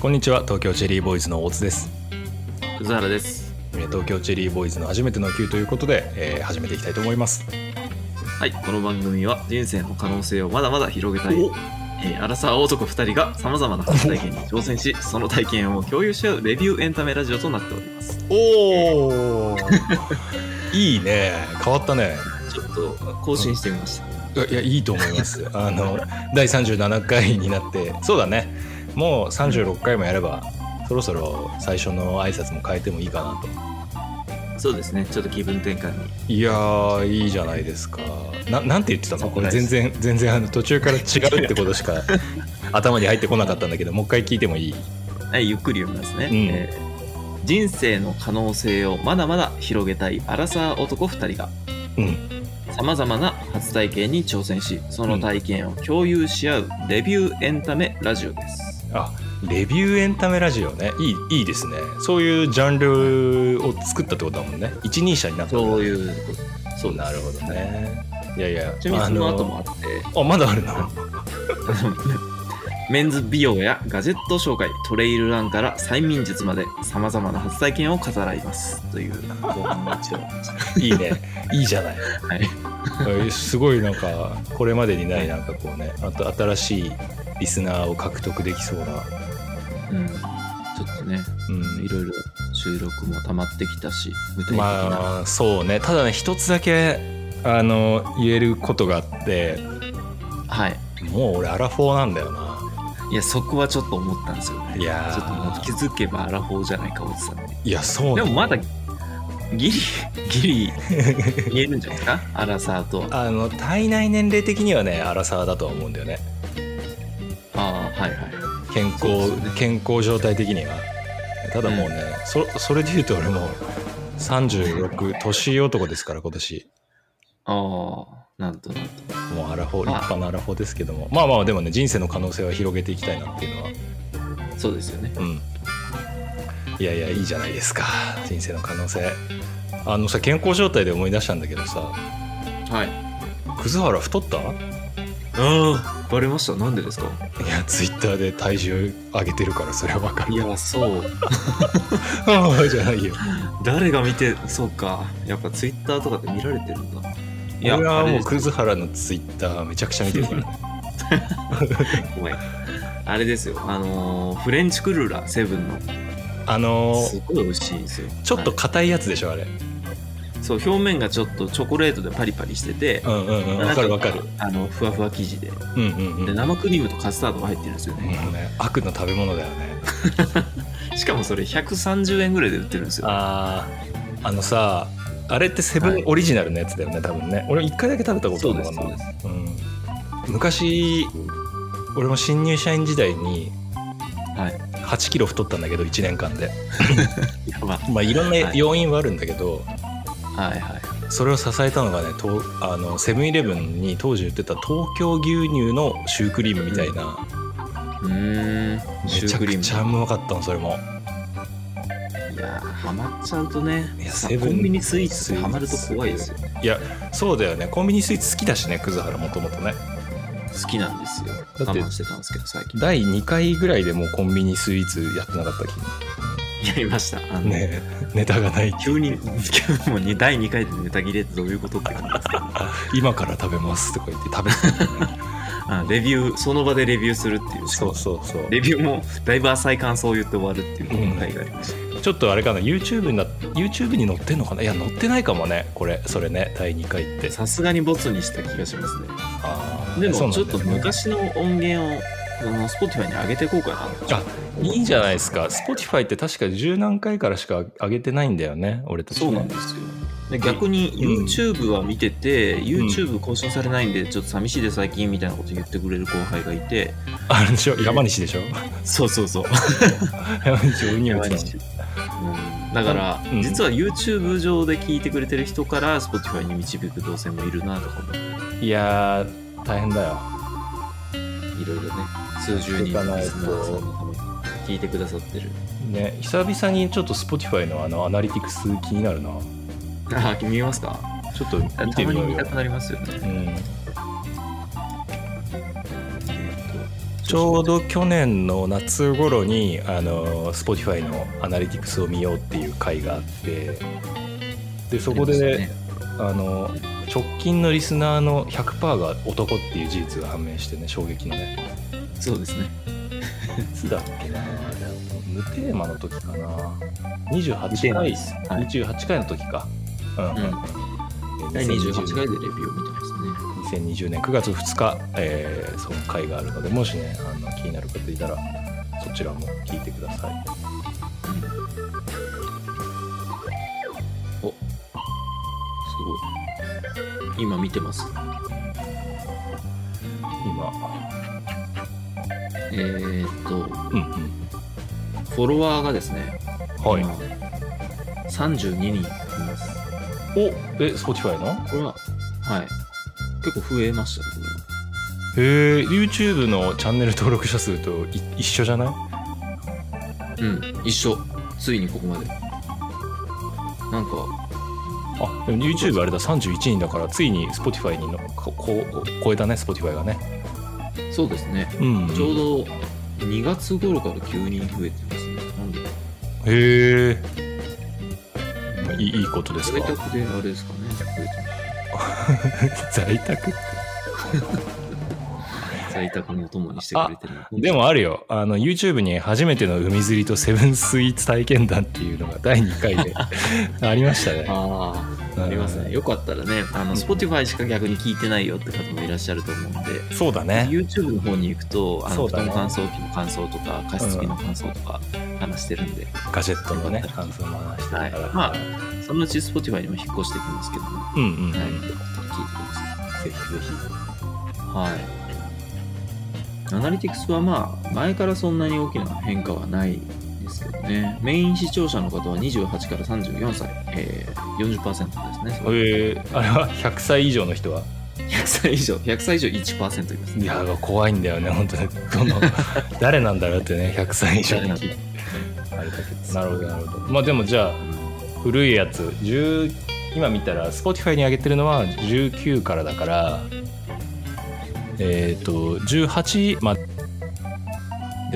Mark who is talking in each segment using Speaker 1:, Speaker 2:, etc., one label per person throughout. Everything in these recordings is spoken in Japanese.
Speaker 1: こんにちは東京チェリーボーイズの大津です
Speaker 2: 葛原です
Speaker 1: えー東京チェリーボーイズの初めての Q ということで、えー始めていきたいと思います
Speaker 2: はいこの番組は人生の可能性をまだまだ広げたい、えー、アラサー男2人がさまざまな初体験に挑戦しその体験を共有し合うレビューエンタメラジオとなっております
Speaker 1: おお いいね変わったね
Speaker 2: ちょっと更新してみました、
Speaker 1: いやいいと思います あの第37回になってそうだねもう36回もやればそろそろ最初の挨拶も変えてもいいかなと
Speaker 2: そうですねちょっと気分転換に
Speaker 1: いやーいいじゃないですかななんて言ってた
Speaker 2: そ
Speaker 1: の
Speaker 2: う
Speaker 1: これ全然全然あの途中から違うってことしか頭に入ってこなかったんだけどもう一回聞いてもいい
Speaker 2: はい、ゆっくり読みますね、
Speaker 1: うん
Speaker 2: えー人生の可能性をまだまだ広げたいアラサー男2人が
Speaker 1: うん
Speaker 2: さまざまな初体験に挑戦しその体験を共有し合うレビューエンタメラジオです、
Speaker 1: あレビューエンタメラジオねいいいいですねそういうジャンルを作ったってことだもんね一人者になった
Speaker 2: そう
Speaker 1: う
Speaker 2: いうことそうです
Speaker 1: なるほどねいやいや
Speaker 2: ちなみにその後もあ
Speaker 1: あ
Speaker 2: って
Speaker 1: のあまだあるの
Speaker 2: メンズ美容やガジェット紹介トレイルランから催眠術までさまざまな初体験を語らいますというご案内を
Speaker 1: いいね。いいじゃない。
Speaker 2: はい
Speaker 1: えすごいなんか、これまでにないなんかこうね、あと新しいリスナーを獲得できそうな。
Speaker 2: うん、ちょっとね
Speaker 1: うん
Speaker 2: いろいろ収録も溜まってきたし具体的な、
Speaker 1: まあ、そうね。ただね、一つだけ、あの、言えることがあって、
Speaker 2: はい
Speaker 1: もう俺アラフォーなんだよな。
Speaker 2: いやそこはちょっと思ったんですよね
Speaker 1: いやー
Speaker 2: ちょっともう気づけばアラフォーじゃないかおじさんね
Speaker 1: いや、そう
Speaker 2: で
Speaker 1: ね
Speaker 2: もまだギリギリ言えるんじゃないですかアラサーとあ
Speaker 1: あの、体内年齢的にはね、アラサーだとは思うんだよね。
Speaker 2: あーはいはい
Speaker 1: 健康、
Speaker 2: そうですね
Speaker 1: 健康状態的には。ただもうね、そそれで言うと俺もう36年男ですから今年。
Speaker 2: ああなんとなんと
Speaker 1: もうアラフォー立
Speaker 2: まあ
Speaker 1: 派なアラフォーですけどもまあまあでもね人生の可能性は広げていきたいなっていうのは
Speaker 2: そうですよね
Speaker 1: うんいやいやいいじゃないですか人生の可能性あのさ健康状態で思い出したんだけどさ
Speaker 2: はい
Speaker 1: 葛原太ったい
Speaker 2: ああバレましたなんでですか
Speaker 1: やツイッターで体重上げてるからそれはわかる
Speaker 2: いやそう
Speaker 1: あ あじゃないよ
Speaker 2: 誰が見てそうかやっぱツイッターとかで見られてるんだいや
Speaker 1: 俺は
Speaker 2: あれ
Speaker 1: も
Speaker 2: で
Speaker 1: う
Speaker 2: す
Speaker 1: 葛原のツイッターめちゃくちゃ見てるから ね
Speaker 2: ごめんあれですよあのーフレンチクルーラーセブンの
Speaker 1: あの
Speaker 2: すごい美味しいんですよ
Speaker 1: ちょっと
Speaker 2: は
Speaker 1: 硬いやつでしょあれ、
Speaker 2: いそう表面がちょっとチョコレートでパリパリしてて
Speaker 1: うんうんうんわかるわかる
Speaker 2: あのふわふわ生地で
Speaker 1: うんうんうん
Speaker 2: で生クリームとカスタードが入ってるんですよね、
Speaker 1: もうね悪の食べ物だよね
Speaker 2: しかもそれ130円ぐらいで売ってるんですよ
Speaker 1: あーあのさあれってセブ
Speaker 2: は
Speaker 1: ン
Speaker 2: い
Speaker 1: オリジナルのやつだよね、多分ね俺一回だけ食べたこと
Speaker 2: そ
Speaker 1: あ
Speaker 2: う
Speaker 1: る
Speaker 2: で
Speaker 1: の
Speaker 2: す
Speaker 1: か
Speaker 2: そう
Speaker 1: な
Speaker 2: です
Speaker 1: うん、昔俺も新入社員時代に
Speaker 2: はい
Speaker 1: 8キロ太ったんだけど1年間で
Speaker 2: やば
Speaker 1: まあいろんな
Speaker 2: はい
Speaker 1: 要因はあるんだけど、
Speaker 2: はいはい
Speaker 1: それを支えたのがねとあのセブンイレブンに当時売ってた東京牛乳のシュークリームみたいな、
Speaker 2: うーん
Speaker 1: めちゃくちゃうまかったのそれも
Speaker 2: いやーハマっちゃうとね
Speaker 1: いや
Speaker 2: さ
Speaker 1: セブン
Speaker 2: コンビニスイーツってハマると怖いですよ
Speaker 1: いやそうだよねコンビニスイーツ好きだしね葛原もともとね
Speaker 2: 好きなんですよ
Speaker 1: て
Speaker 2: 我慢してたんですけど最近
Speaker 1: 第2回ぐらいでもうコンビニスイーツやってなかったっけ
Speaker 2: やりましたあの、
Speaker 1: ねえネタがない
Speaker 2: 急に 急にもうに第2回でネタ切れってどういうことって感じですけど
Speaker 1: 今から食べますとか言って食べてた、ね、
Speaker 2: あレビューその場でレビューするってい う
Speaker 1: そうそうそう
Speaker 2: レビューもだいぶ浅い感想を言って終わるっていう回がありました、
Speaker 1: ちょっとあれかな YouTube にな YouTube に載ってんのかないや載ってないかもねこれそれね第2回って
Speaker 2: さすがにボツにした気がしますね
Speaker 1: あー
Speaker 2: で
Speaker 1: そう
Speaker 2: も
Speaker 1: なんだ
Speaker 2: ちょ
Speaker 1: よね
Speaker 2: っと昔の音源をあの Spotify に上げていこうかな
Speaker 1: あいいんじゃないですか Spotify って確か十何回からしか上げてないんだよね俺たちね
Speaker 2: そうなんですよで逆に YouTube は見てて、YouTube 更新されないんでちょっと寂しいです最近みたいなこと言ってくれる後輩がいて
Speaker 1: あれでしょ山西で しょ
Speaker 2: そうそう そう
Speaker 1: 山西鬼
Speaker 2: や
Speaker 1: に
Speaker 2: ばい
Speaker 1: さん
Speaker 2: しうんだから、
Speaker 1: うん
Speaker 2: 実は YouTube 上で聞いてくれてる人から Spotify に導く動線もいるなとかも
Speaker 1: いやー大変だよ
Speaker 2: いろいろね数十人のリスナーさんのために聞いてくださってる
Speaker 1: ね久々にちょっと Spotify のあのアナリティクス気になるな
Speaker 2: あー見ますか
Speaker 1: ちょっと
Speaker 2: た
Speaker 1: 見て
Speaker 2: ま
Speaker 1: み
Speaker 2: に
Speaker 1: よう
Speaker 2: 見
Speaker 1: よ
Speaker 2: たくなりますよね
Speaker 1: うん
Speaker 2: えーと
Speaker 1: ちょうど去年の夏頃にあの Spotify のアナリティクスを見ようっていう回があってでそこで、
Speaker 2: ありましたね
Speaker 1: あの直近のリスナーの100%が男っていう事実が判明してね衝撃のね
Speaker 2: そうですね。
Speaker 1: いつだっけなあれ無テーマの時かな
Speaker 2: 見て
Speaker 1: 28
Speaker 2: な
Speaker 1: 回
Speaker 2: いですはい
Speaker 1: 28回の時かうん、
Speaker 2: 第28回でレビュー
Speaker 1: 2020
Speaker 2: みたいですね。
Speaker 1: 2020年9月2日、えーその回があるのでもしねあの気になる方いたらそちらも聞いてください
Speaker 2: おすごい。今見てます。
Speaker 1: 今
Speaker 2: えーっと、
Speaker 1: うんうん
Speaker 2: フォロワーがですね、
Speaker 1: はい
Speaker 2: 今32人います。
Speaker 1: おえ Spotify の
Speaker 2: これは、はい。結構増えましたね、これは。
Speaker 1: へえ YouTube のチャンネル登録者数とい一緒じゃない
Speaker 2: うん、一緒。ついにここまで。なんか、
Speaker 1: あでも YouTube あれだ31人だからついに Spotify にのこここ超えたね Spotify がね
Speaker 2: そうですね。
Speaker 1: うん
Speaker 2: ちょうど2月頃から9人増えてますね。なんで、
Speaker 1: へえいいいいこと ですか
Speaker 2: 在宅であれですかね、増えてま
Speaker 1: 在宅
Speaker 2: す在宅のお供にしてくれてるの
Speaker 1: で、もあるよあの YouTube に初めての海釣りとセブンスイーツ体験談っていうのが第2回 でありましたね
Speaker 2: ああ。ありますね。よかったらね、あの、Spotify しか逆に聞いてないよって方もいらっしゃると思うんで、
Speaker 1: うんそうだね
Speaker 2: YouTube の方に行くと、あ
Speaker 1: そ
Speaker 2: の、
Speaker 1: うだ
Speaker 2: 人
Speaker 1: ね
Speaker 2: の感想機の感想とか、加湿器の感想とか話してるんで、
Speaker 1: ガジェットのね感想も話してたから、
Speaker 2: はいまそのうち Spotify にも引っ越してきますけども、は
Speaker 1: うんうん、うん
Speaker 2: い。聞いてくださ
Speaker 1: ぜひぜ
Speaker 2: い。はい。アナリティクスはまあ、前からそんなに大きな変化はないですけどね、メイン視聴者の方は28から34歳、えー、40%です
Speaker 1: ひ
Speaker 2: ね。
Speaker 1: えー、あれは100歳以上の人は
Speaker 2: 100歳以上、100歳以上1%いますね。
Speaker 1: いや怖いんだよね本当にどの 誰なんだろうってね100歳以上になるなるほどなるほどまあでもじゃあ古いやつ10今見たら Spotify に上げてるのは19からだからえっ、と18まで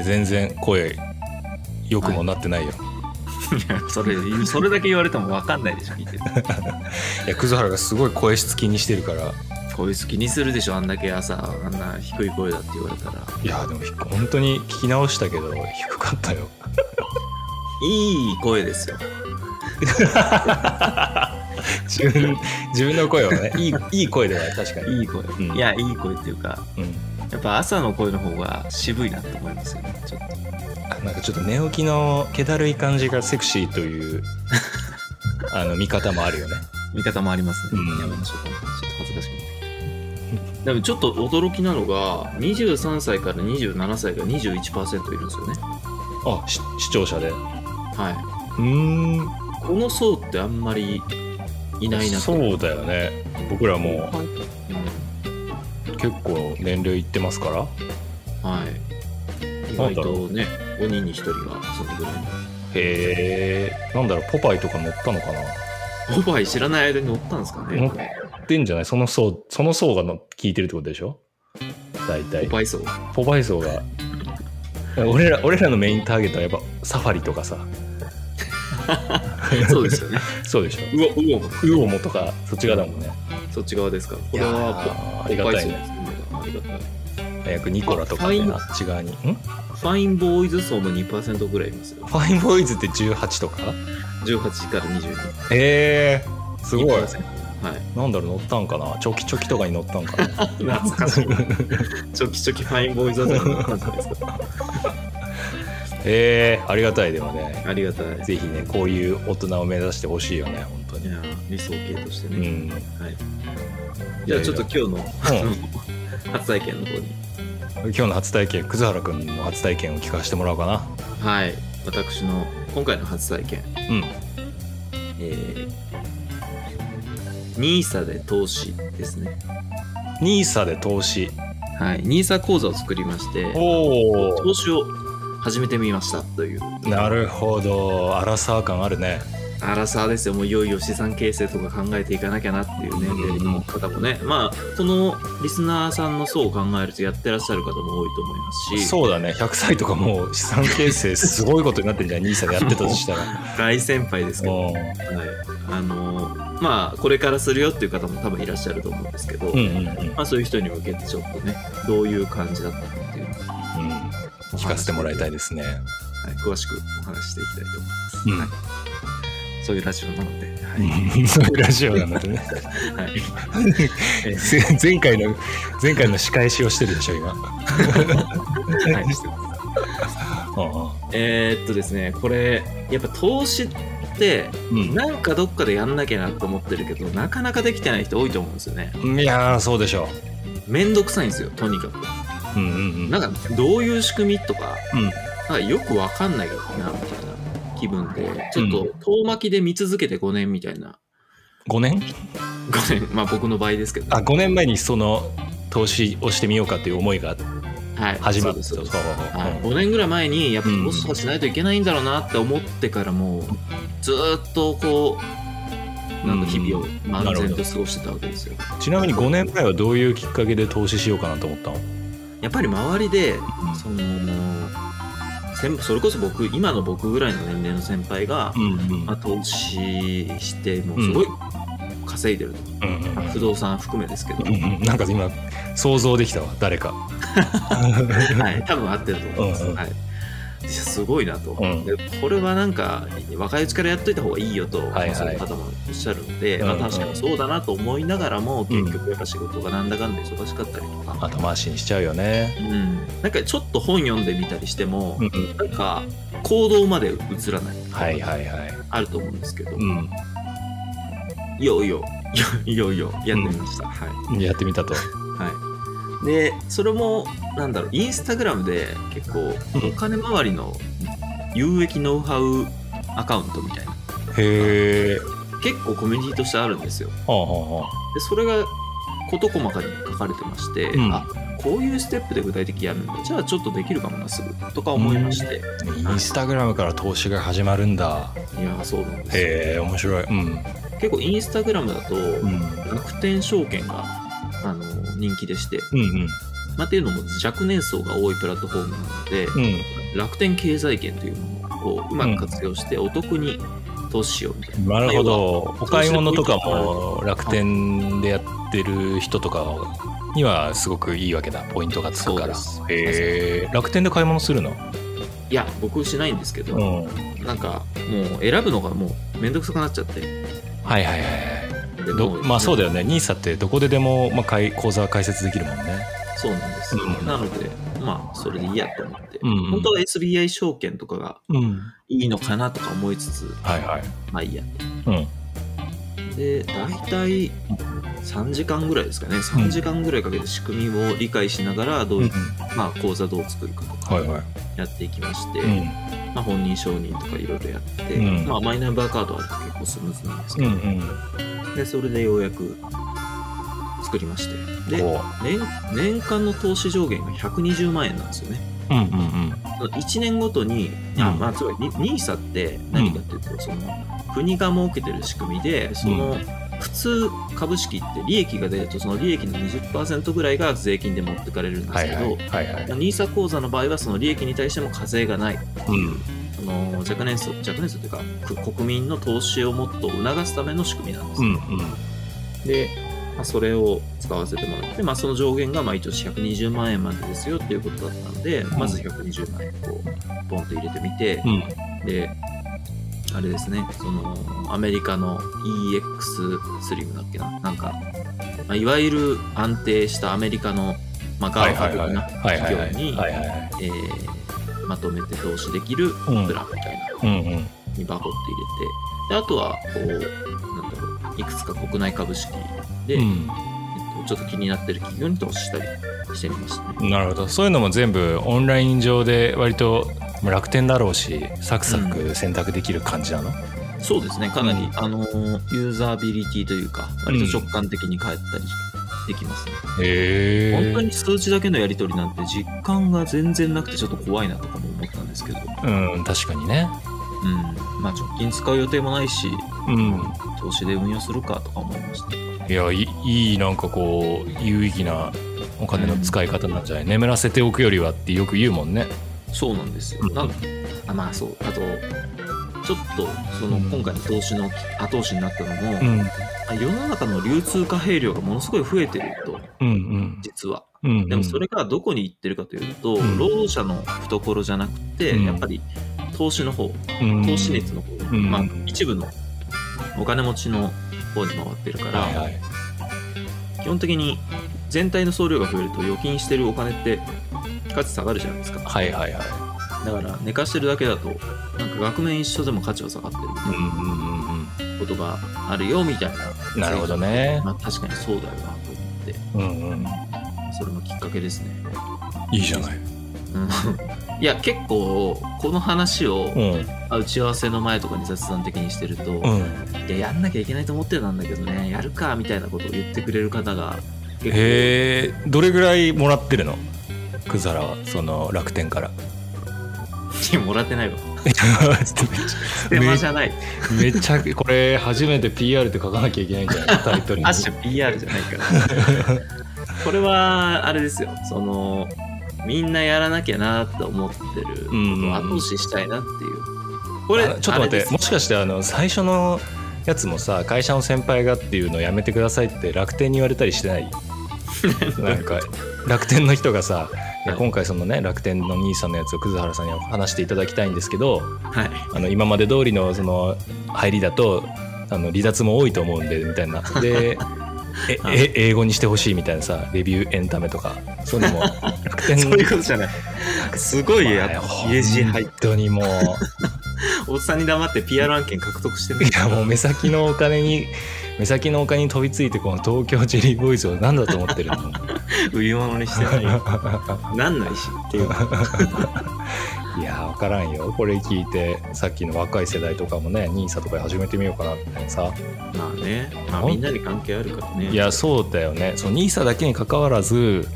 Speaker 1: 全然声良くもなってないよ、
Speaker 2: いやそれそれだけ言われても分かんないでしょ聞いてる
Speaker 1: い、や葛原がすごい声質気にしてるから
Speaker 2: こいつ気にするでしょあんだけ朝あんな低い声だって言われたら
Speaker 1: いやでもひ本当に聞き直したけど低かったよ
Speaker 2: いい声ですよ
Speaker 1: 自分自分の声はねいいいい声では確かに
Speaker 2: いい声、
Speaker 1: うん
Speaker 2: いやいい声っていうか
Speaker 1: うん
Speaker 2: やっぱ朝の声の方が渋いなと思いますよねちょっと
Speaker 1: なんかちょっと寝起きの気だるい感じがセクシーと いうあの見方もあるよね。
Speaker 2: 見方もありますね、
Speaker 1: うん
Speaker 2: やめましょうかちょっと恥ずかしくなってきたでもちょっと驚きなのが23歳から27歳が21%いるんですよね
Speaker 1: あし視聴者で。う
Speaker 2: はい
Speaker 1: ーん
Speaker 2: この層ってあんまりいないなと
Speaker 1: そうだよね。僕らも
Speaker 2: はいうん
Speaker 1: 結構年齢いってますから。
Speaker 2: はい。意
Speaker 1: な
Speaker 2: 外
Speaker 1: んだろう
Speaker 2: とね、5人に1人がそのぐらい
Speaker 1: へえ。なんだろうポパイとか乗ったのかな。
Speaker 2: の。ポパイ知らない間に乗ったんですか
Speaker 1: 乗
Speaker 2: ね
Speaker 1: っ。でんじゃないその層その層がの聞いてるってことでしょ。大体
Speaker 2: ポパイ層。
Speaker 1: ポパイ層が。俺ら俺らのメインターゲットはやっぱサファリとかさ
Speaker 2: そうですよね。
Speaker 1: そうでしょ
Speaker 2: うお、う
Speaker 1: ウオモとかそっち側だもんね
Speaker 2: お。そっち側ですか。こ
Speaker 1: い
Speaker 2: れ
Speaker 1: や
Speaker 2: は
Speaker 1: ー
Speaker 2: ポ
Speaker 1: ありが
Speaker 2: ポパ
Speaker 1: たい
Speaker 2: イ層
Speaker 1: ね
Speaker 2: ですね。ありがたい。
Speaker 1: 約ニコラとか
Speaker 2: あ
Speaker 1: ね
Speaker 2: ファイン
Speaker 1: あっち側にんフ
Speaker 2: ファインボーイズ層も2%ぐらいいますよ。
Speaker 1: ァインボーイズって18とか
Speaker 2: 18から22。
Speaker 1: へえすごい
Speaker 2: 2%はい。
Speaker 1: なんだろう乗ったんかなチョキチョキとかに乗ったんかな
Speaker 2: 懐かしい。ちょきちょきファインボーイズ層に乗ったんじゃないですか。
Speaker 1: へえありがたいでもね
Speaker 2: ありがたい。
Speaker 1: ぜひねこういう大人を目指してほしいよね本当
Speaker 2: い
Speaker 1: に
Speaker 2: やー理想形として
Speaker 1: う
Speaker 2: ね。
Speaker 1: ん
Speaker 2: はい。じゃあちょっと今日の
Speaker 1: いやいやう
Speaker 2: 初体験の方に。
Speaker 1: 今日の初体験葛原君の初体験を聞かせてもらおうかな
Speaker 2: はい私の今回の初体験
Speaker 1: うん
Speaker 2: えー、ニーサで投資ですね
Speaker 1: ニーサで投資
Speaker 2: はいニーサ口座を作りまして
Speaker 1: お
Speaker 2: 投
Speaker 1: お
Speaker 2: 資を始めてみましたという
Speaker 1: なるほどアラサー感あるね
Speaker 2: アラサーですよ、もういよいよ資産形成とか考えていかなきゃなっていう年齢の方もね、まあ、このリスナーさんの層を考えると、やってらっしゃる方も多いと思いますし、
Speaker 1: そうだね100歳とかもう資産形成すごいことになってんじゃん NISA でやってたとした ら
Speaker 2: 大先輩ですけど、
Speaker 1: も
Speaker 2: はい、あのまあ、これからするよっていう方も多分いらっしゃると思うんですけど、
Speaker 1: ううんうんうん、うん、
Speaker 2: まあ、そういう人に向けて、ちょっとね、どういう感じだったかっていうのを
Speaker 1: 聞かせてもらいたいですね
Speaker 2: はい、詳しくお話ししていきたいと思います。
Speaker 1: うん
Speaker 2: はいそういうラジオなので、はい
Speaker 1: そういうラジオなんだとね
Speaker 2: はい、
Speaker 1: 前回の前回の仕返しをしてるでしょ今
Speaker 2: はいしてます
Speaker 1: う
Speaker 2: えーっとですね、これ、やっぱ投資って、
Speaker 1: んうん
Speaker 2: なんかどっかでやんなきゃなと思ってるけど、なかなかできてない人多いと思うんですよね。
Speaker 1: うんいやーそうでしょ
Speaker 2: めんどくさいんですよ、とにかく。
Speaker 1: ううんうんう
Speaker 2: なんんか、どういう仕組みとか、
Speaker 1: うん
Speaker 2: なんかよくわかんないけどな、みたいな気分で、ちょっと遠巻きで見続けて5年みたいな。
Speaker 1: 5年
Speaker 2: 5年、まあ僕の場合ですけど。
Speaker 1: あ5年前にその投資をしてみようかという思いが
Speaker 2: はい、
Speaker 1: 始まっ
Speaker 2: そう
Speaker 1: た
Speaker 2: ですそうですは
Speaker 1: 5
Speaker 2: い、5年ぐらい前にやっぱ
Speaker 1: うん
Speaker 2: 投資とかしないといけないんだろうなって思ってからもうずーっとこうなんか日々を漫然と過ごしてたわけですよ
Speaker 1: ちなみに5年前はどういうきっかけで投資しようかなと思ったの
Speaker 2: やっぱり周りでその先それこそ僕今の僕ぐらいの年齢の先輩が、
Speaker 1: んうん
Speaker 2: まあ、投資してもうすごい稼いでると、まあ不動産含めですけど、
Speaker 1: うんうんなんか今想像できたわ誰 か
Speaker 2: はい、多分合ってると思います。
Speaker 1: うんうん
Speaker 2: はいいやすごいなと、
Speaker 1: うん
Speaker 2: でこれはなんか若いうちからやっといた方がいいよと、
Speaker 1: はいはい
Speaker 2: そういう方もおっしゃるので、
Speaker 1: うんうん
Speaker 2: まあ、確かにそうだなと思いながらも、
Speaker 1: うん
Speaker 2: 結局やっぱ仕事がなんだかんだ忙しかったりとか、
Speaker 1: 後回しにしちゃうよね
Speaker 2: うんなんかちょっと本読んでみたりしても、
Speaker 1: うん
Speaker 2: なんか行動まで移らない、
Speaker 1: はいはいはい
Speaker 2: あると思うんですけど、
Speaker 1: うん
Speaker 2: いよいよ いよいよやってみました、はい
Speaker 1: やってみたと
Speaker 2: はい、でそれもなんだろうインスタグラムで結構
Speaker 1: うん
Speaker 2: お金周りの有益ノウハウアカウントみたいな
Speaker 1: へえ
Speaker 2: 結構コミュニティとしてあるんですよで
Speaker 1: はあはあは
Speaker 2: それが事細かに書かれてまして、
Speaker 1: うん
Speaker 2: あこういうステップで具体的にやるんだじゃあちょっとできるかもなすぐとか思いまして、
Speaker 1: あインスタグラムから投資が始まるんだ
Speaker 2: いやーそうなんですよ
Speaker 1: へえ面白いうん
Speaker 2: 結構インスタグラムだと
Speaker 1: うん
Speaker 2: 楽天証券があの人気でして、
Speaker 1: うん
Speaker 2: まあ、っていうのも若年層が多いプラットフォームなので、
Speaker 1: うん
Speaker 2: 楽天経済圏というものをうまく活用してお得に投資しようみたいな、
Speaker 1: なるほどお買い物とかも楽天でやってる人とかにはすごくいいわけだポイントがつくから
Speaker 2: そうです
Speaker 1: へえ楽天で買い物するの
Speaker 2: いや僕しないんですけど、
Speaker 1: うん
Speaker 2: なんかもう選ぶのがもうめんどくさくなっちゃって
Speaker 1: はいはいはい
Speaker 2: で
Speaker 1: ど
Speaker 2: も
Speaker 1: まあそうだよね NISA ってどこででも、まあ、買い口座開設できるもんね
Speaker 2: そうなんです、
Speaker 1: うん
Speaker 2: なのでまあそれでいいやと思って、
Speaker 1: うん
Speaker 2: 本当は SBI 証券とかが
Speaker 1: うん
Speaker 2: いいのかなとか思いつつ
Speaker 1: はいはい
Speaker 2: まあいいや
Speaker 1: うん
Speaker 2: で大体3時間ぐらいですかね3時間ぐらいかけて仕組みを理解しながらどういう、まあ口座どう作るかとか
Speaker 1: はいはい
Speaker 2: やっていきまして、
Speaker 1: うん
Speaker 2: まあ、本人承認とかいろいろやって、
Speaker 1: うん
Speaker 2: まあ、マイナンバーカードあると結構スムーズなんですけ
Speaker 1: う
Speaker 2: ど、
Speaker 1: ん
Speaker 2: でそれでようやく作りまして
Speaker 1: うん
Speaker 2: で
Speaker 1: こ
Speaker 2: 年年間の投資上限が120万円なんですよね
Speaker 1: ううんうんうん
Speaker 2: 1年ごとに、
Speaker 1: うん
Speaker 2: あまあつまり NISA って何かっていうと、その国が設けてる仕組みでその、普通株式って利益が出るとその利益の20%ぐらいが税金で持ってかれるんです
Speaker 1: はい
Speaker 2: けど、
Speaker 1: はいはいはい
Speaker 2: まあ NISA 口座の場合はその利益に対しても課税がない
Speaker 1: うん
Speaker 2: あの若年層若年層というかく国民の投資をもっと促すための仕組みなんです、
Speaker 1: うん
Speaker 2: で、まあ、それを使わせてもらって、まあ、その上限がまあ一応120万円までですよっていうことだったので、
Speaker 1: ん
Speaker 2: まず120万円こうポンと入れてみて
Speaker 1: う、ん
Speaker 2: であれですねそのアメリカの EX スリムだっけななんか、まあ、いわゆる安定したアメリカの、まあ、ガ
Speaker 1: は
Speaker 2: ー
Speaker 1: い
Speaker 2: ファ
Speaker 1: は
Speaker 2: 的
Speaker 1: いはい
Speaker 2: な
Speaker 1: はいはいはい
Speaker 2: 企業に、
Speaker 1: はいはい
Speaker 2: えーまとめて投資でき
Speaker 1: う
Speaker 2: る
Speaker 1: ん
Speaker 2: プランみたいな。
Speaker 1: うんうん
Speaker 2: にバコって入れてであとはこうなんだろういくつか国内株式で、
Speaker 1: う
Speaker 2: えっ
Speaker 1: ん
Speaker 2: と、ちょっと気になってる企業に投資したりしてみましたね。
Speaker 1: なるほどそういうのも全部オンライン上で割と楽天だろうしサクサク選択できる感じなの、
Speaker 2: そうですねかなり、
Speaker 1: うん
Speaker 2: あのユーザビリティというか割と直感的に変えたりできますね、
Speaker 1: へえ
Speaker 2: 本当に数値だけのやり取りなんて実感が全然なくてちょっと怖いなとかも思ったんですけど、
Speaker 1: うん確かにね
Speaker 2: ううん、まあ直近使う予定もないし、
Speaker 1: うん
Speaker 2: 投資で運用するかとか思いました。
Speaker 1: いやいいいなんかこう有意義なお金の使い方なんじゃない、眠らせておくよりはってよく言うもんね
Speaker 2: そうなんですよ。
Speaker 1: うん
Speaker 2: なんあまあそう、あと、ちょっとその
Speaker 1: うん
Speaker 2: 今回の投資の後押しになったのも、
Speaker 1: うん
Speaker 2: あ世の中の流通貨幣量がものすごい増えてると、
Speaker 1: うん
Speaker 2: 実は。
Speaker 1: うんうん
Speaker 2: でもそれがどこに行ってるかというと、
Speaker 1: ん
Speaker 2: 労働者の懐じゃなくて、
Speaker 1: うん
Speaker 2: やっぱり投資の方、
Speaker 1: うん
Speaker 2: 投資熱の方、
Speaker 1: ん
Speaker 2: まあ一部のお金持ちの方に回ってるから、
Speaker 1: はいはい
Speaker 2: 基本的に全体の総量が増えると預金してるお金って価値下がるじゃないですか。
Speaker 1: はいはいはい
Speaker 2: だから寝かしてるだけだとなんか額面一緒でも価値は下がってるみた
Speaker 1: うん
Speaker 2: い
Speaker 1: うんうんうん
Speaker 2: なことがあるよみたいな
Speaker 1: なるほどね
Speaker 2: まあ確かにそうだよなと思って
Speaker 1: うんうん
Speaker 2: それもきっかけですね、
Speaker 1: いいじゃない
Speaker 2: うん、い や結構この話を
Speaker 1: うん
Speaker 2: 打ち合わせの前とかに雑談的にしてると、
Speaker 1: うん
Speaker 2: いややんなきゃいけないと思ってたんだけどねやるかみたいなことを言ってくれる方が結構
Speaker 1: へえどれぐらいもらってるのクザラはその楽天 から
Speaker 2: いや もらってないわ
Speaker 1: め
Speaker 2: 電話じゃない
Speaker 1: めっちゃこれ初めて PR って書かなきゃいけないんじゃないタイトルに
Speaker 2: アッシュ PR じゃないから これはあれですよそのみんなやらなきゃなって思ってること
Speaker 1: うんうんう
Speaker 2: を
Speaker 1: ん
Speaker 2: 後押ししたいなっていうこれ
Speaker 1: あのちょっと待
Speaker 2: あれ
Speaker 1: っ
Speaker 2: で
Speaker 1: て
Speaker 2: す
Speaker 1: もしかしてあの最初のやつもさ会社の先輩がっていうのやめてくださいって楽天に言われたりしてない なんか楽天の人がさいや
Speaker 2: はい
Speaker 1: 今回そのね楽天の兄さんのやつを葛原さんに話していただきたいんですけど
Speaker 2: はい
Speaker 1: あの今まで通りのその入りだとあの離脱も多いと思うんでみたいなでえ
Speaker 2: はい
Speaker 1: え英語にしてほしいみたいなさレビューエンタメとかそう いうのも楽天の
Speaker 2: そういうことじゃないすごいや
Speaker 1: まあ
Speaker 2: 入れ知恵入っ
Speaker 1: 本当にもう
Speaker 2: おっさんに黙って PR 案件獲得してる
Speaker 1: いやもう目先のお金に目先のお金に飛びついてこの東京ジェリーボーイズを何だと思ってる の
Speaker 2: 売り物にし てないなんないしっていう
Speaker 1: いや分からんよこれ聞いてさっきの若い世代とかもね NISA とかで始めてみようかなみたいなさ
Speaker 2: まあね、まあ、みんなに関係あるからね
Speaker 1: いやそうだよねその NISA だけに関わらず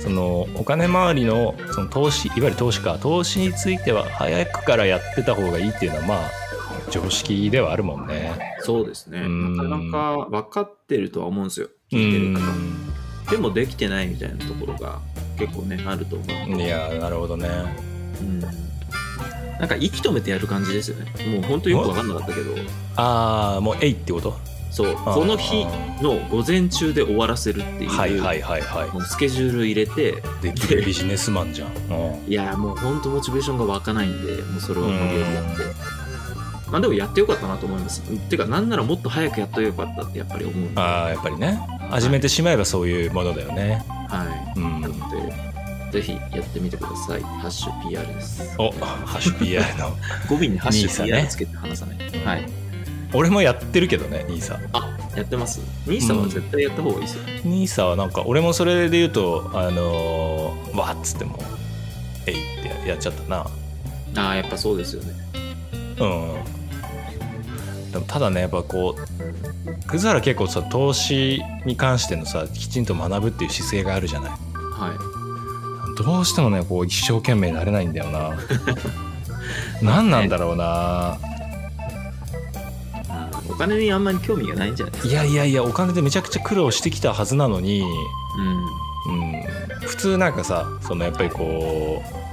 Speaker 1: そのお金周りのその投資いわゆる投資か投資については早くからやってた方がいいっていうのはまあ常識ではあるもんね。
Speaker 2: そうですね
Speaker 1: うん
Speaker 2: なかなか分かってるとは思うんですよ
Speaker 1: う
Speaker 2: 聞いてる方
Speaker 1: ん
Speaker 2: でもできてないみたいなところが結構ねあると思う
Speaker 1: いやなるほどね。
Speaker 2: うんなんか息止めてやる感じですよねもうほんとよく分かんなかったけど
Speaker 1: ああもうえいってこと
Speaker 2: そう
Speaker 1: あー
Speaker 2: この日の午前中で終わらせるっていう,、
Speaker 1: はいはいはいはい
Speaker 2: もうスケジュール入れて
Speaker 1: できるビジネスマンじゃん。うん
Speaker 2: いやもうほんとモチベーションが湧かないんでもうそれは無理やりやってまあでもやってよかったなと思いますてかなんならもっと早くやっとよかったってやっぱり思うんでは
Speaker 1: ああやっぱりね始めてしまえばそういうものだよね。う
Speaker 2: い
Speaker 1: ん
Speaker 2: な。のでぜひやってみてくださいハッシュ PR です
Speaker 1: おハッシュ PR の
Speaker 2: 語尾にハッシ
Speaker 1: 兄さん
Speaker 2: ュ
Speaker 1: ね
Speaker 2: PR つけて話さない、 はい
Speaker 1: 俺もやってるけどね NISA。
Speaker 2: あやってます兄さんは絶対やった方がいいですよ、
Speaker 1: NISA はなんか俺もそれで言うとあのーわっつってもうえいってややっちゃったな。
Speaker 2: ああやっぱそうですよね
Speaker 1: うん。でもただねやっぱこう葛原結構さ投資に関してのさきちんと学ぶっていう姿勢があるじゃない。
Speaker 2: は
Speaker 1: どうしてもねこう一生懸命になれないんだよな何なんだろうない
Speaker 2: あーお金にあんまり興味がないんじゃないです
Speaker 1: い
Speaker 2: か
Speaker 1: やいやいやお金でめちゃくちゃ苦労してきたはずなのに、
Speaker 2: うん
Speaker 1: うん、普通なんかさそのやっぱりこう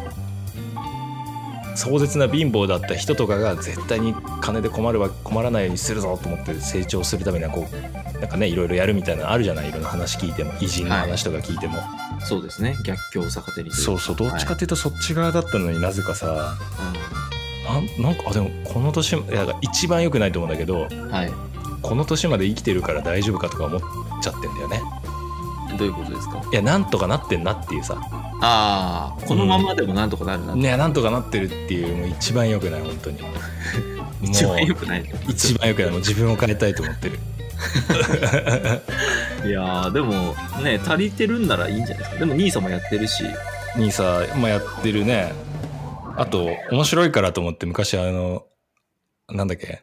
Speaker 1: 壮絶な貧乏だった人とかが絶対に金で困るわ困らないようにするぞと思って成長するためにはこうなんかねいろいろやるみたいなのあるじゃないいろんな話聞いても偉人の話とか聞いても、
Speaker 2: そうですね逆境を逆手にとい
Speaker 1: そうそうどっちかっていうとそっち側だったのになぜかさなんなんかあでもこの年いやだから一番良くないと思うんだけど
Speaker 2: うんはい
Speaker 1: この年まで生きてるから大丈夫かとか思っちゃってんだよね
Speaker 2: どういうことですか
Speaker 1: いやなんとかなってんなっていうさ
Speaker 2: ああこのままでもなんとかなるな、
Speaker 1: ねなんとかなってるっていうもう一番良くない本当にもう
Speaker 2: 一番良くない
Speaker 1: 一番良くないもう自分を変えたいと思ってる
Speaker 2: いやーでもね足りてるんならいいんじゃないですかでも兄さんもやってるし
Speaker 1: にさ、まあ、やってるねあと面白いからと思って昔あのなんだっけ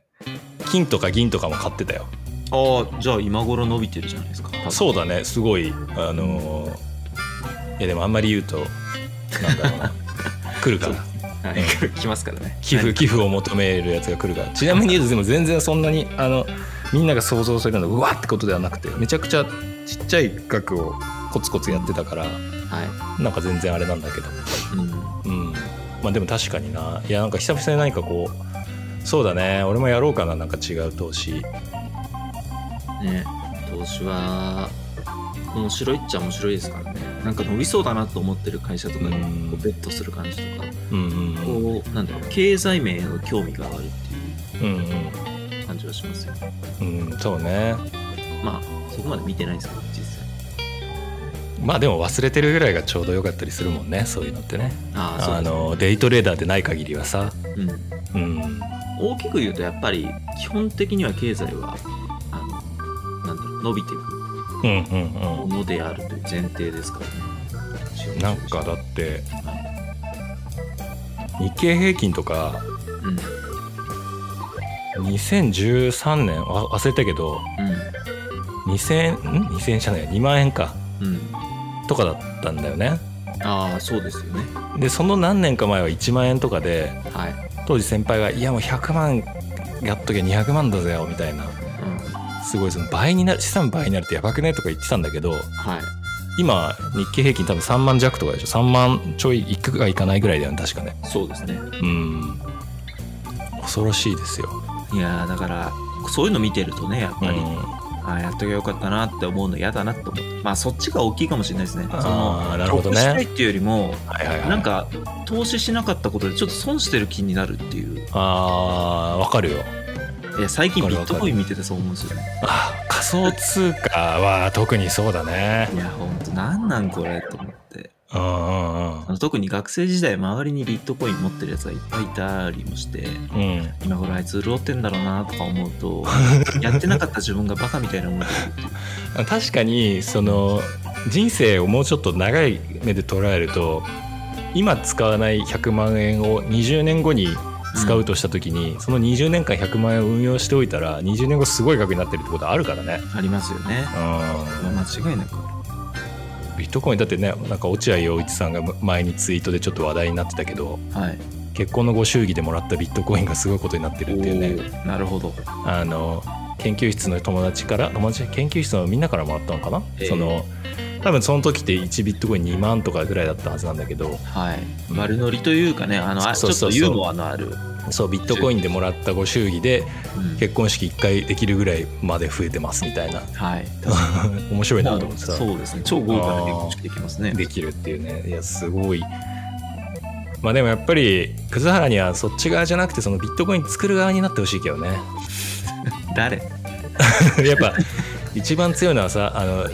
Speaker 1: 金とか銀とかも買ってたよ
Speaker 2: ああじゃあ今頃伸びてるじゃないですか
Speaker 1: そうだねすごいあ のーいやでもあんまり言うとなんだろうな来るから
Speaker 2: はい、来ますからね。
Speaker 1: 寄付寄付を求めるやつが来るからちなみに言うとでも全然そんなにあのみんなが想像するようなうわってことではなくてめちゃくちゃちっちゃい額をコツコツやってたから
Speaker 2: はい。
Speaker 1: なんか全然あれなんだけど
Speaker 2: うん。
Speaker 1: うんまあでも確かにないやなんか久々に何かこうそうだね俺もやろうかななんか違う投資
Speaker 2: ね、投資は面白いっちゃ面白いですからね。なんか伸びそうだなと思ってる会社とか
Speaker 1: う
Speaker 2: に
Speaker 1: ん
Speaker 2: こうベットする感じとか、
Speaker 1: うんうんうん
Speaker 2: こう、なんだろう、経済面への興味があるっ
Speaker 1: うん
Speaker 2: ていう感じはしますよね。
Speaker 1: うんうんそうね
Speaker 2: まあ、そこまで見てないですけど、実際。
Speaker 1: まあでも忘れてるぐらいがちょうど良かったりするもんねそういうのってね
Speaker 2: ああ、そう
Speaker 1: あ
Speaker 2: ですね
Speaker 1: のデイトレーダーでない限りはさ
Speaker 2: うん。
Speaker 1: うん
Speaker 2: 大きく言うとやっぱり基本的には経済はあのなんだろう伸びていく
Speaker 1: うんうん
Speaker 2: ものであるという前提ですから
Speaker 1: う
Speaker 2: ね
Speaker 1: んなんかだって
Speaker 2: はい
Speaker 1: 日経平均とか
Speaker 2: うん
Speaker 1: 2013年あ忘れたけど2000ん2000じゃない2万円か
Speaker 2: うんうん
Speaker 1: とかだったんだよね
Speaker 2: ああそうですよね
Speaker 1: でその何年か前は1万円とかで
Speaker 2: はい、
Speaker 1: 当時先輩が「いやもう100万やっとけ200万だぜよ」みたいな
Speaker 2: うん、
Speaker 1: すごいその倍になる資産倍になるってやばくねとか言ってたんだけど
Speaker 2: はい
Speaker 1: 今日経平均多分3万弱とかでしょ3万ちょいいくかいかないぐらいだよね確かね
Speaker 2: そうですね
Speaker 1: うん恐ろしいですよ、
Speaker 2: いやーだからそういうの見てるとねやっ
Speaker 1: う
Speaker 2: ぱり、
Speaker 1: ん、
Speaker 2: ああやっときゃよかったなって思うの嫌だなって思ってまあそっちが大きいかもしれないですねその
Speaker 1: ああなるほど
Speaker 2: 得したい
Speaker 1: ね
Speaker 2: っていうよりも
Speaker 1: はいはいはい
Speaker 2: なんか投資しなかったことでちょっと損してる気になるっていう
Speaker 1: あーわかるよ
Speaker 2: いや最近
Speaker 1: わ
Speaker 2: ビ
Speaker 1: かるわ
Speaker 2: ッ
Speaker 1: か
Speaker 2: ト
Speaker 1: る
Speaker 2: コイン見ててそう思うんですよね
Speaker 1: あー仮想通貨は特にそうだね
Speaker 2: いやほんと何なんこれと思って
Speaker 1: うんうん
Speaker 2: あの特に学生時代周りにビットコイン持ってるやつがいっぱいいたりもして
Speaker 1: うんうん
Speaker 2: 今頃あいつ潤ってんだろうなとか思う とやってなかった自分がバカみたいな思い
Speaker 1: 確かにその人生をもうちょっと長い目で捉えると今使わない100万円を20年後に使うとした時に、その20年間100万円を運用しておいたら20年後すごい額になってるってことあるからね。
Speaker 2: ありますよねこれは間違いなく
Speaker 1: うん、ビットコインだってねなんか落合陽一さんが前にツイートでちょっと話題になってたけど
Speaker 2: はい
Speaker 1: 結婚のご祝儀でもらったビットコインがすごいことになってるっていうね
Speaker 2: おーなるほど
Speaker 1: あの研究室の友達から友達研究室のみんなからもらったのかな、
Speaker 2: ええ
Speaker 1: その多分その時って1ビットコイン2万とかぐらいだったはずなんだけど
Speaker 2: はい
Speaker 1: うん
Speaker 2: 丸乗りというかねあのあち
Speaker 1: そ
Speaker 2: ょ
Speaker 1: う
Speaker 2: っ
Speaker 1: そ
Speaker 2: と
Speaker 1: うそう
Speaker 2: ユーモアのある、
Speaker 1: そうビットコインでもらったご祝儀で
Speaker 2: うん
Speaker 1: 結婚式1回できるぐらいまで増えてますみたいな
Speaker 2: はい
Speaker 1: 面白いなと思ってさ
Speaker 2: そうですね超豪華な結婚式できますね
Speaker 1: できるっていうねいやすごいまあでもやっぱり葛原にはそっち側じゃなくてそのビットコイン作る側になってほしいけどね
Speaker 2: 誰
Speaker 1: やっぱ一番強いのはさあの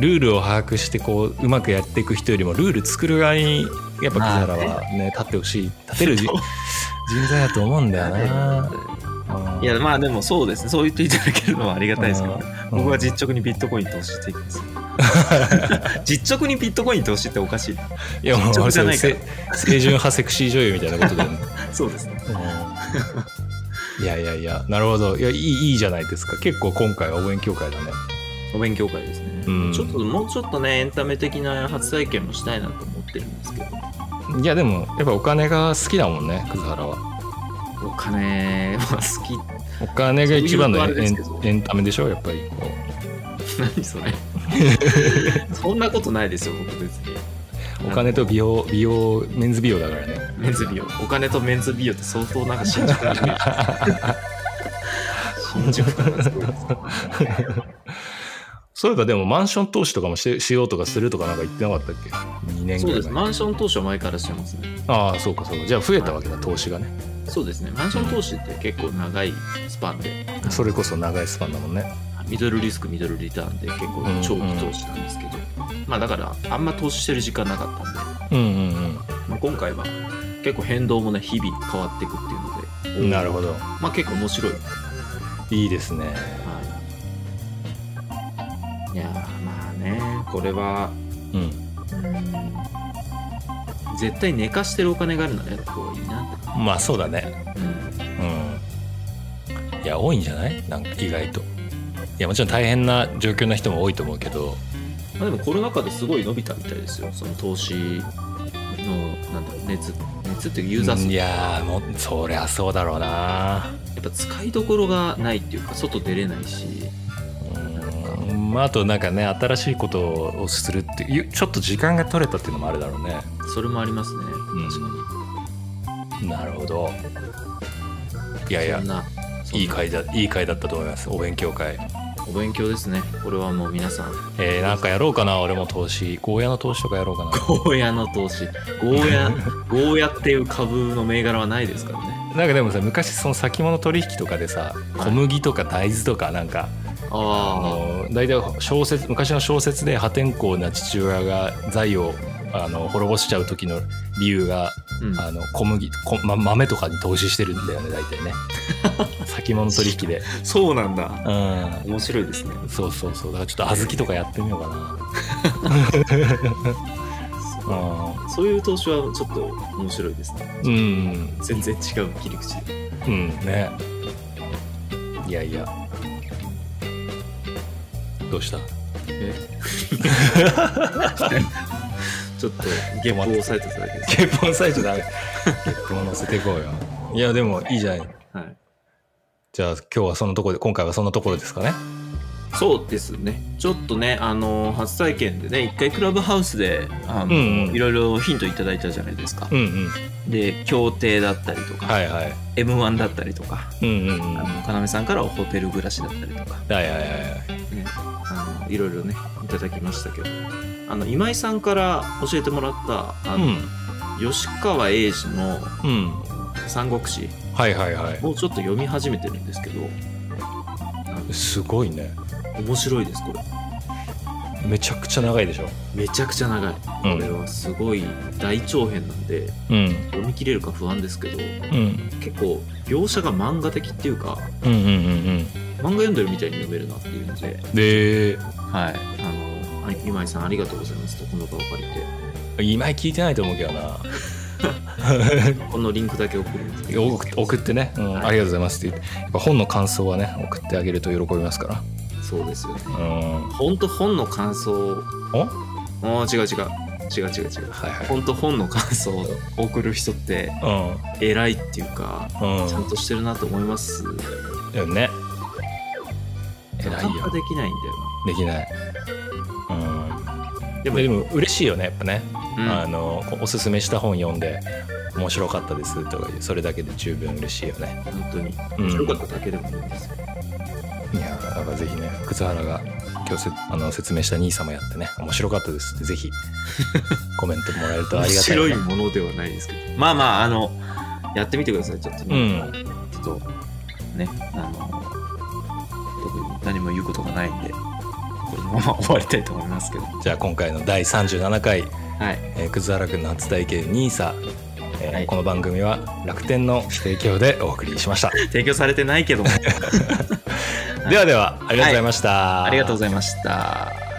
Speaker 1: ルールを把握してこううまくやっていく人よりもルール作る側にやっぱ
Speaker 2: まあ
Speaker 1: 葛原はね立ってほしい立て るじ人材だと思うんだよな。うん
Speaker 2: いやまあでもそうですねそう言っていただけるのはありがたいですけど、
Speaker 1: うん
Speaker 2: 僕は実直にビットコイン投資してい きます実直にビットコイン投資っておかしい
Speaker 1: いやもう
Speaker 2: 直
Speaker 1: あ
Speaker 2: じゃな
Speaker 1: れ
Speaker 2: いか
Speaker 1: せ
Speaker 2: ら
Speaker 1: 青春派セクシー女優みたいなことだよね。
Speaker 2: そうですね
Speaker 1: うんいやいやいやなるほどいやいいいいじゃないですか結構今回は応援協会だね。
Speaker 2: お勉強会ですね、
Speaker 1: うん
Speaker 2: ちょっともうちょっとねエンタメ的な初体験もしたいなと思ってるんですけど
Speaker 1: いやでもやっぱお金が好きだもんね葛原は。
Speaker 2: お金は好き
Speaker 1: お金が一番の
Speaker 2: そういうことあ
Speaker 1: エ
Speaker 2: れです
Speaker 1: ン
Speaker 2: けど
Speaker 1: エンタメでしょやっぱりこう。
Speaker 2: 何そ れそんなことないですよ僕別に
Speaker 1: お金と美容美容メンズ美容だからね
Speaker 2: メンズ美容お金とメンズ美容って相当なんか新宿のイメージ 新宿感がすごいです
Speaker 1: そういえばでもマンション投資とかもししようとかするとかなんか言ってなかったっけ2年ぐ
Speaker 2: そう
Speaker 1: ら
Speaker 2: で
Speaker 1: い
Speaker 2: す
Speaker 1: 前
Speaker 2: マンション投資は前からしてますね
Speaker 1: ああそうかそうかじゃあ増えたわけだ投資がね
Speaker 2: そうですねマンション投資って結構長いスパンで
Speaker 1: それこそ長いスパンだもんね
Speaker 2: ミドルリスクミドルリターンで結構長期投資なんですけど、まあだからあんま投資してる時間なかったんで、
Speaker 1: うんうん
Speaker 2: まあ、今回は結構変動もね日々変わっていくっていう
Speaker 1: う
Speaker 2: ので
Speaker 1: んなるほど
Speaker 2: まあ結構面白い、
Speaker 1: いいですね
Speaker 2: はい、いやーまあねこれは
Speaker 1: うん
Speaker 2: うん絶対寝かしてるお金があるならやった方がいいなって
Speaker 1: まあそうだね
Speaker 2: うん
Speaker 1: うんいや多いんじゃないなんか意外といやもちろん大変な状況な人も多いと思うけど
Speaker 2: まあ、でもコロナ禍ですごい伸びたみたいですよその投資のなんだろう熱熱率っていうユーザー数、
Speaker 1: い
Speaker 2: や
Speaker 1: やーもうそりゃそうだろうな
Speaker 2: っぱ使いどころがないっていうか外出れないし
Speaker 1: うんまああとなんかね新しいことをするっていうちょっと時間が取れたっていうのもあるだろうね
Speaker 2: それもありますね確かに、
Speaker 1: なるほどいやいや
Speaker 2: そんなそんない
Speaker 1: い回だいい回だったと思いますお勉強会
Speaker 2: お勉強ですねこれはもう皆さん
Speaker 1: えー、なんかやろうかな俺も投資ゴーヤの投資とかやろうかな
Speaker 2: ゴーヤの投資ゴー ヤゴーヤっていう株の銘柄はないですからね
Speaker 1: なんかでもさ昔その先物取引とかでさ小麦とか大豆とかなんか、あ
Speaker 2: あ
Speaker 1: の大体小説昔の小説で破天荒な父親が財をあの滅ぼしちゃう時の理由が、
Speaker 2: あ、うん、
Speaker 1: あの小麦こ、ま、豆とかに投資してるんだよね大体 ね先物取引で
Speaker 2: そうなんだ
Speaker 1: う
Speaker 2: 面白いですね
Speaker 1: んそうそうそうだからちょっと小豆とかやってみようかな
Speaker 2: そういう投資はちょっと面白いですね
Speaker 1: うんうん
Speaker 2: 全然違う切り口で
Speaker 1: うんねいやいやどうした
Speaker 2: え ちょっとゲップを抑えてただけです、
Speaker 1: 結婚サイトだめ結婚乗せていこうよいやでもいいじゃない
Speaker 2: はい、
Speaker 1: じゃあ今日はそのところで今回はそんなところですかね
Speaker 2: そうですねちょっとねあの初体験でね一回クラブハウスであ
Speaker 1: う
Speaker 2: の、
Speaker 1: んうん
Speaker 2: いろいろヒントいただいたじゃないですか、
Speaker 1: うんうん
Speaker 2: で協定だったりとか、
Speaker 1: はいはい
Speaker 2: m 1だったりとか
Speaker 1: うんうんうん
Speaker 2: あ
Speaker 1: は
Speaker 2: の要さんからはホテル暮らしだったりとか、
Speaker 1: いはいはいはい
Speaker 2: ね、あのいろいろねいただきましたけどあの今井さんから教えてもらったあの、吉川英治の
Speaker 1: うんうん
Speaker 2: 「三国志
Speaker 1: はいはいは」い
Speaker 2: をちょっと読み始めてるんですけど
Speaker 1: すごいね
Speaker 2: 面白いですこれ
Speaker 1: めちゃくちゃ長いでしょ
Speaker 2: めちゃくちゃ長いこ
Speaker 1: うん
Speaker 2: れはすごい大長編なんで
Speaker 1: うん
Speaker 2: 読み切れるか不安ですけど
Speaker 1: うん
Speaker 2: 結構描写が漫画的っていうか
Speaker 1: うんうんうん
Speaker 2: 漫画読んでるみたいに読めるなっていうので、
Speaker 1: うんで
Speaker 2: はい、あのあ今井さんありがとうございますとこの場を借りて
Speaker 1: 今井聞いてないと思うけどな
Speaker 2: このリンクだけ送ります。
Speaker 1: 送っ送ってね、うん、ありがとうございますって言ってやっぱ本の感想はね送ってあげると喜びますか
Speaker 2: そうですよね。
Speaker 1: らうんお
Speaker 2: 本当本の感想。
Speaker 1: は
Speaker 2: ああ違う違う違う違う違う。
Speaker 1: いはい
Speaker 2: 本当本の感想を送る人って
Speaker 1: う
Speaker 2: 偉いっていうか
Speaker 1: ん
Speaker 2: ちゃんとしてるなと思います。
Speaker 1: うんよね偉い
Speaker 2: なかなか
Speaker 1: よ
Speaker 2: できないん
Speaker 1: できないうんでもでも嬉しいよねやっぱね、
Speaker 2: だよな。
Speaker 1: あ
Speaker 2: うん
Speaker 1: のこうおすすめした本読んで面白かったですとかいうそれだけで十分嬉しいよね
Speaker 2: 本当に
Speaker 1: うん
Speaker 2: 面白かっただけでもいいんですよ。
Speaker 1: いやーなんかぜひね福津原が今日せあの説明した兄様やってね面白かったですってぜ ひコメントもらえるとあ
Speaker 2: 面
Speaker 1: りがたい
Speaker 2: 白い
Speaker 1: ね
Speaker 2: ものではないですけど。まあまああのやってみてくださいちょっと
Speaker 1: う
Speaker 2: ね。
Speaker 1: ん
Speaker 2: ちょっとねあの特に何も言うことがないんでこれのまま終わりたいと思いますけど。
Speaker 1: じゃあ今回の第37回
Speaker 2: はい。
Speaker 1: えー、くずはらくんの初体験ニーサ、えー
Speaker 2: はい
Speaker 1: この番組は楽天の提供でお送りしました
Speaker 2: 提供されてないけども
Speaker 1: ではではありがとうございました、
Speaker 2: ありがとうございました。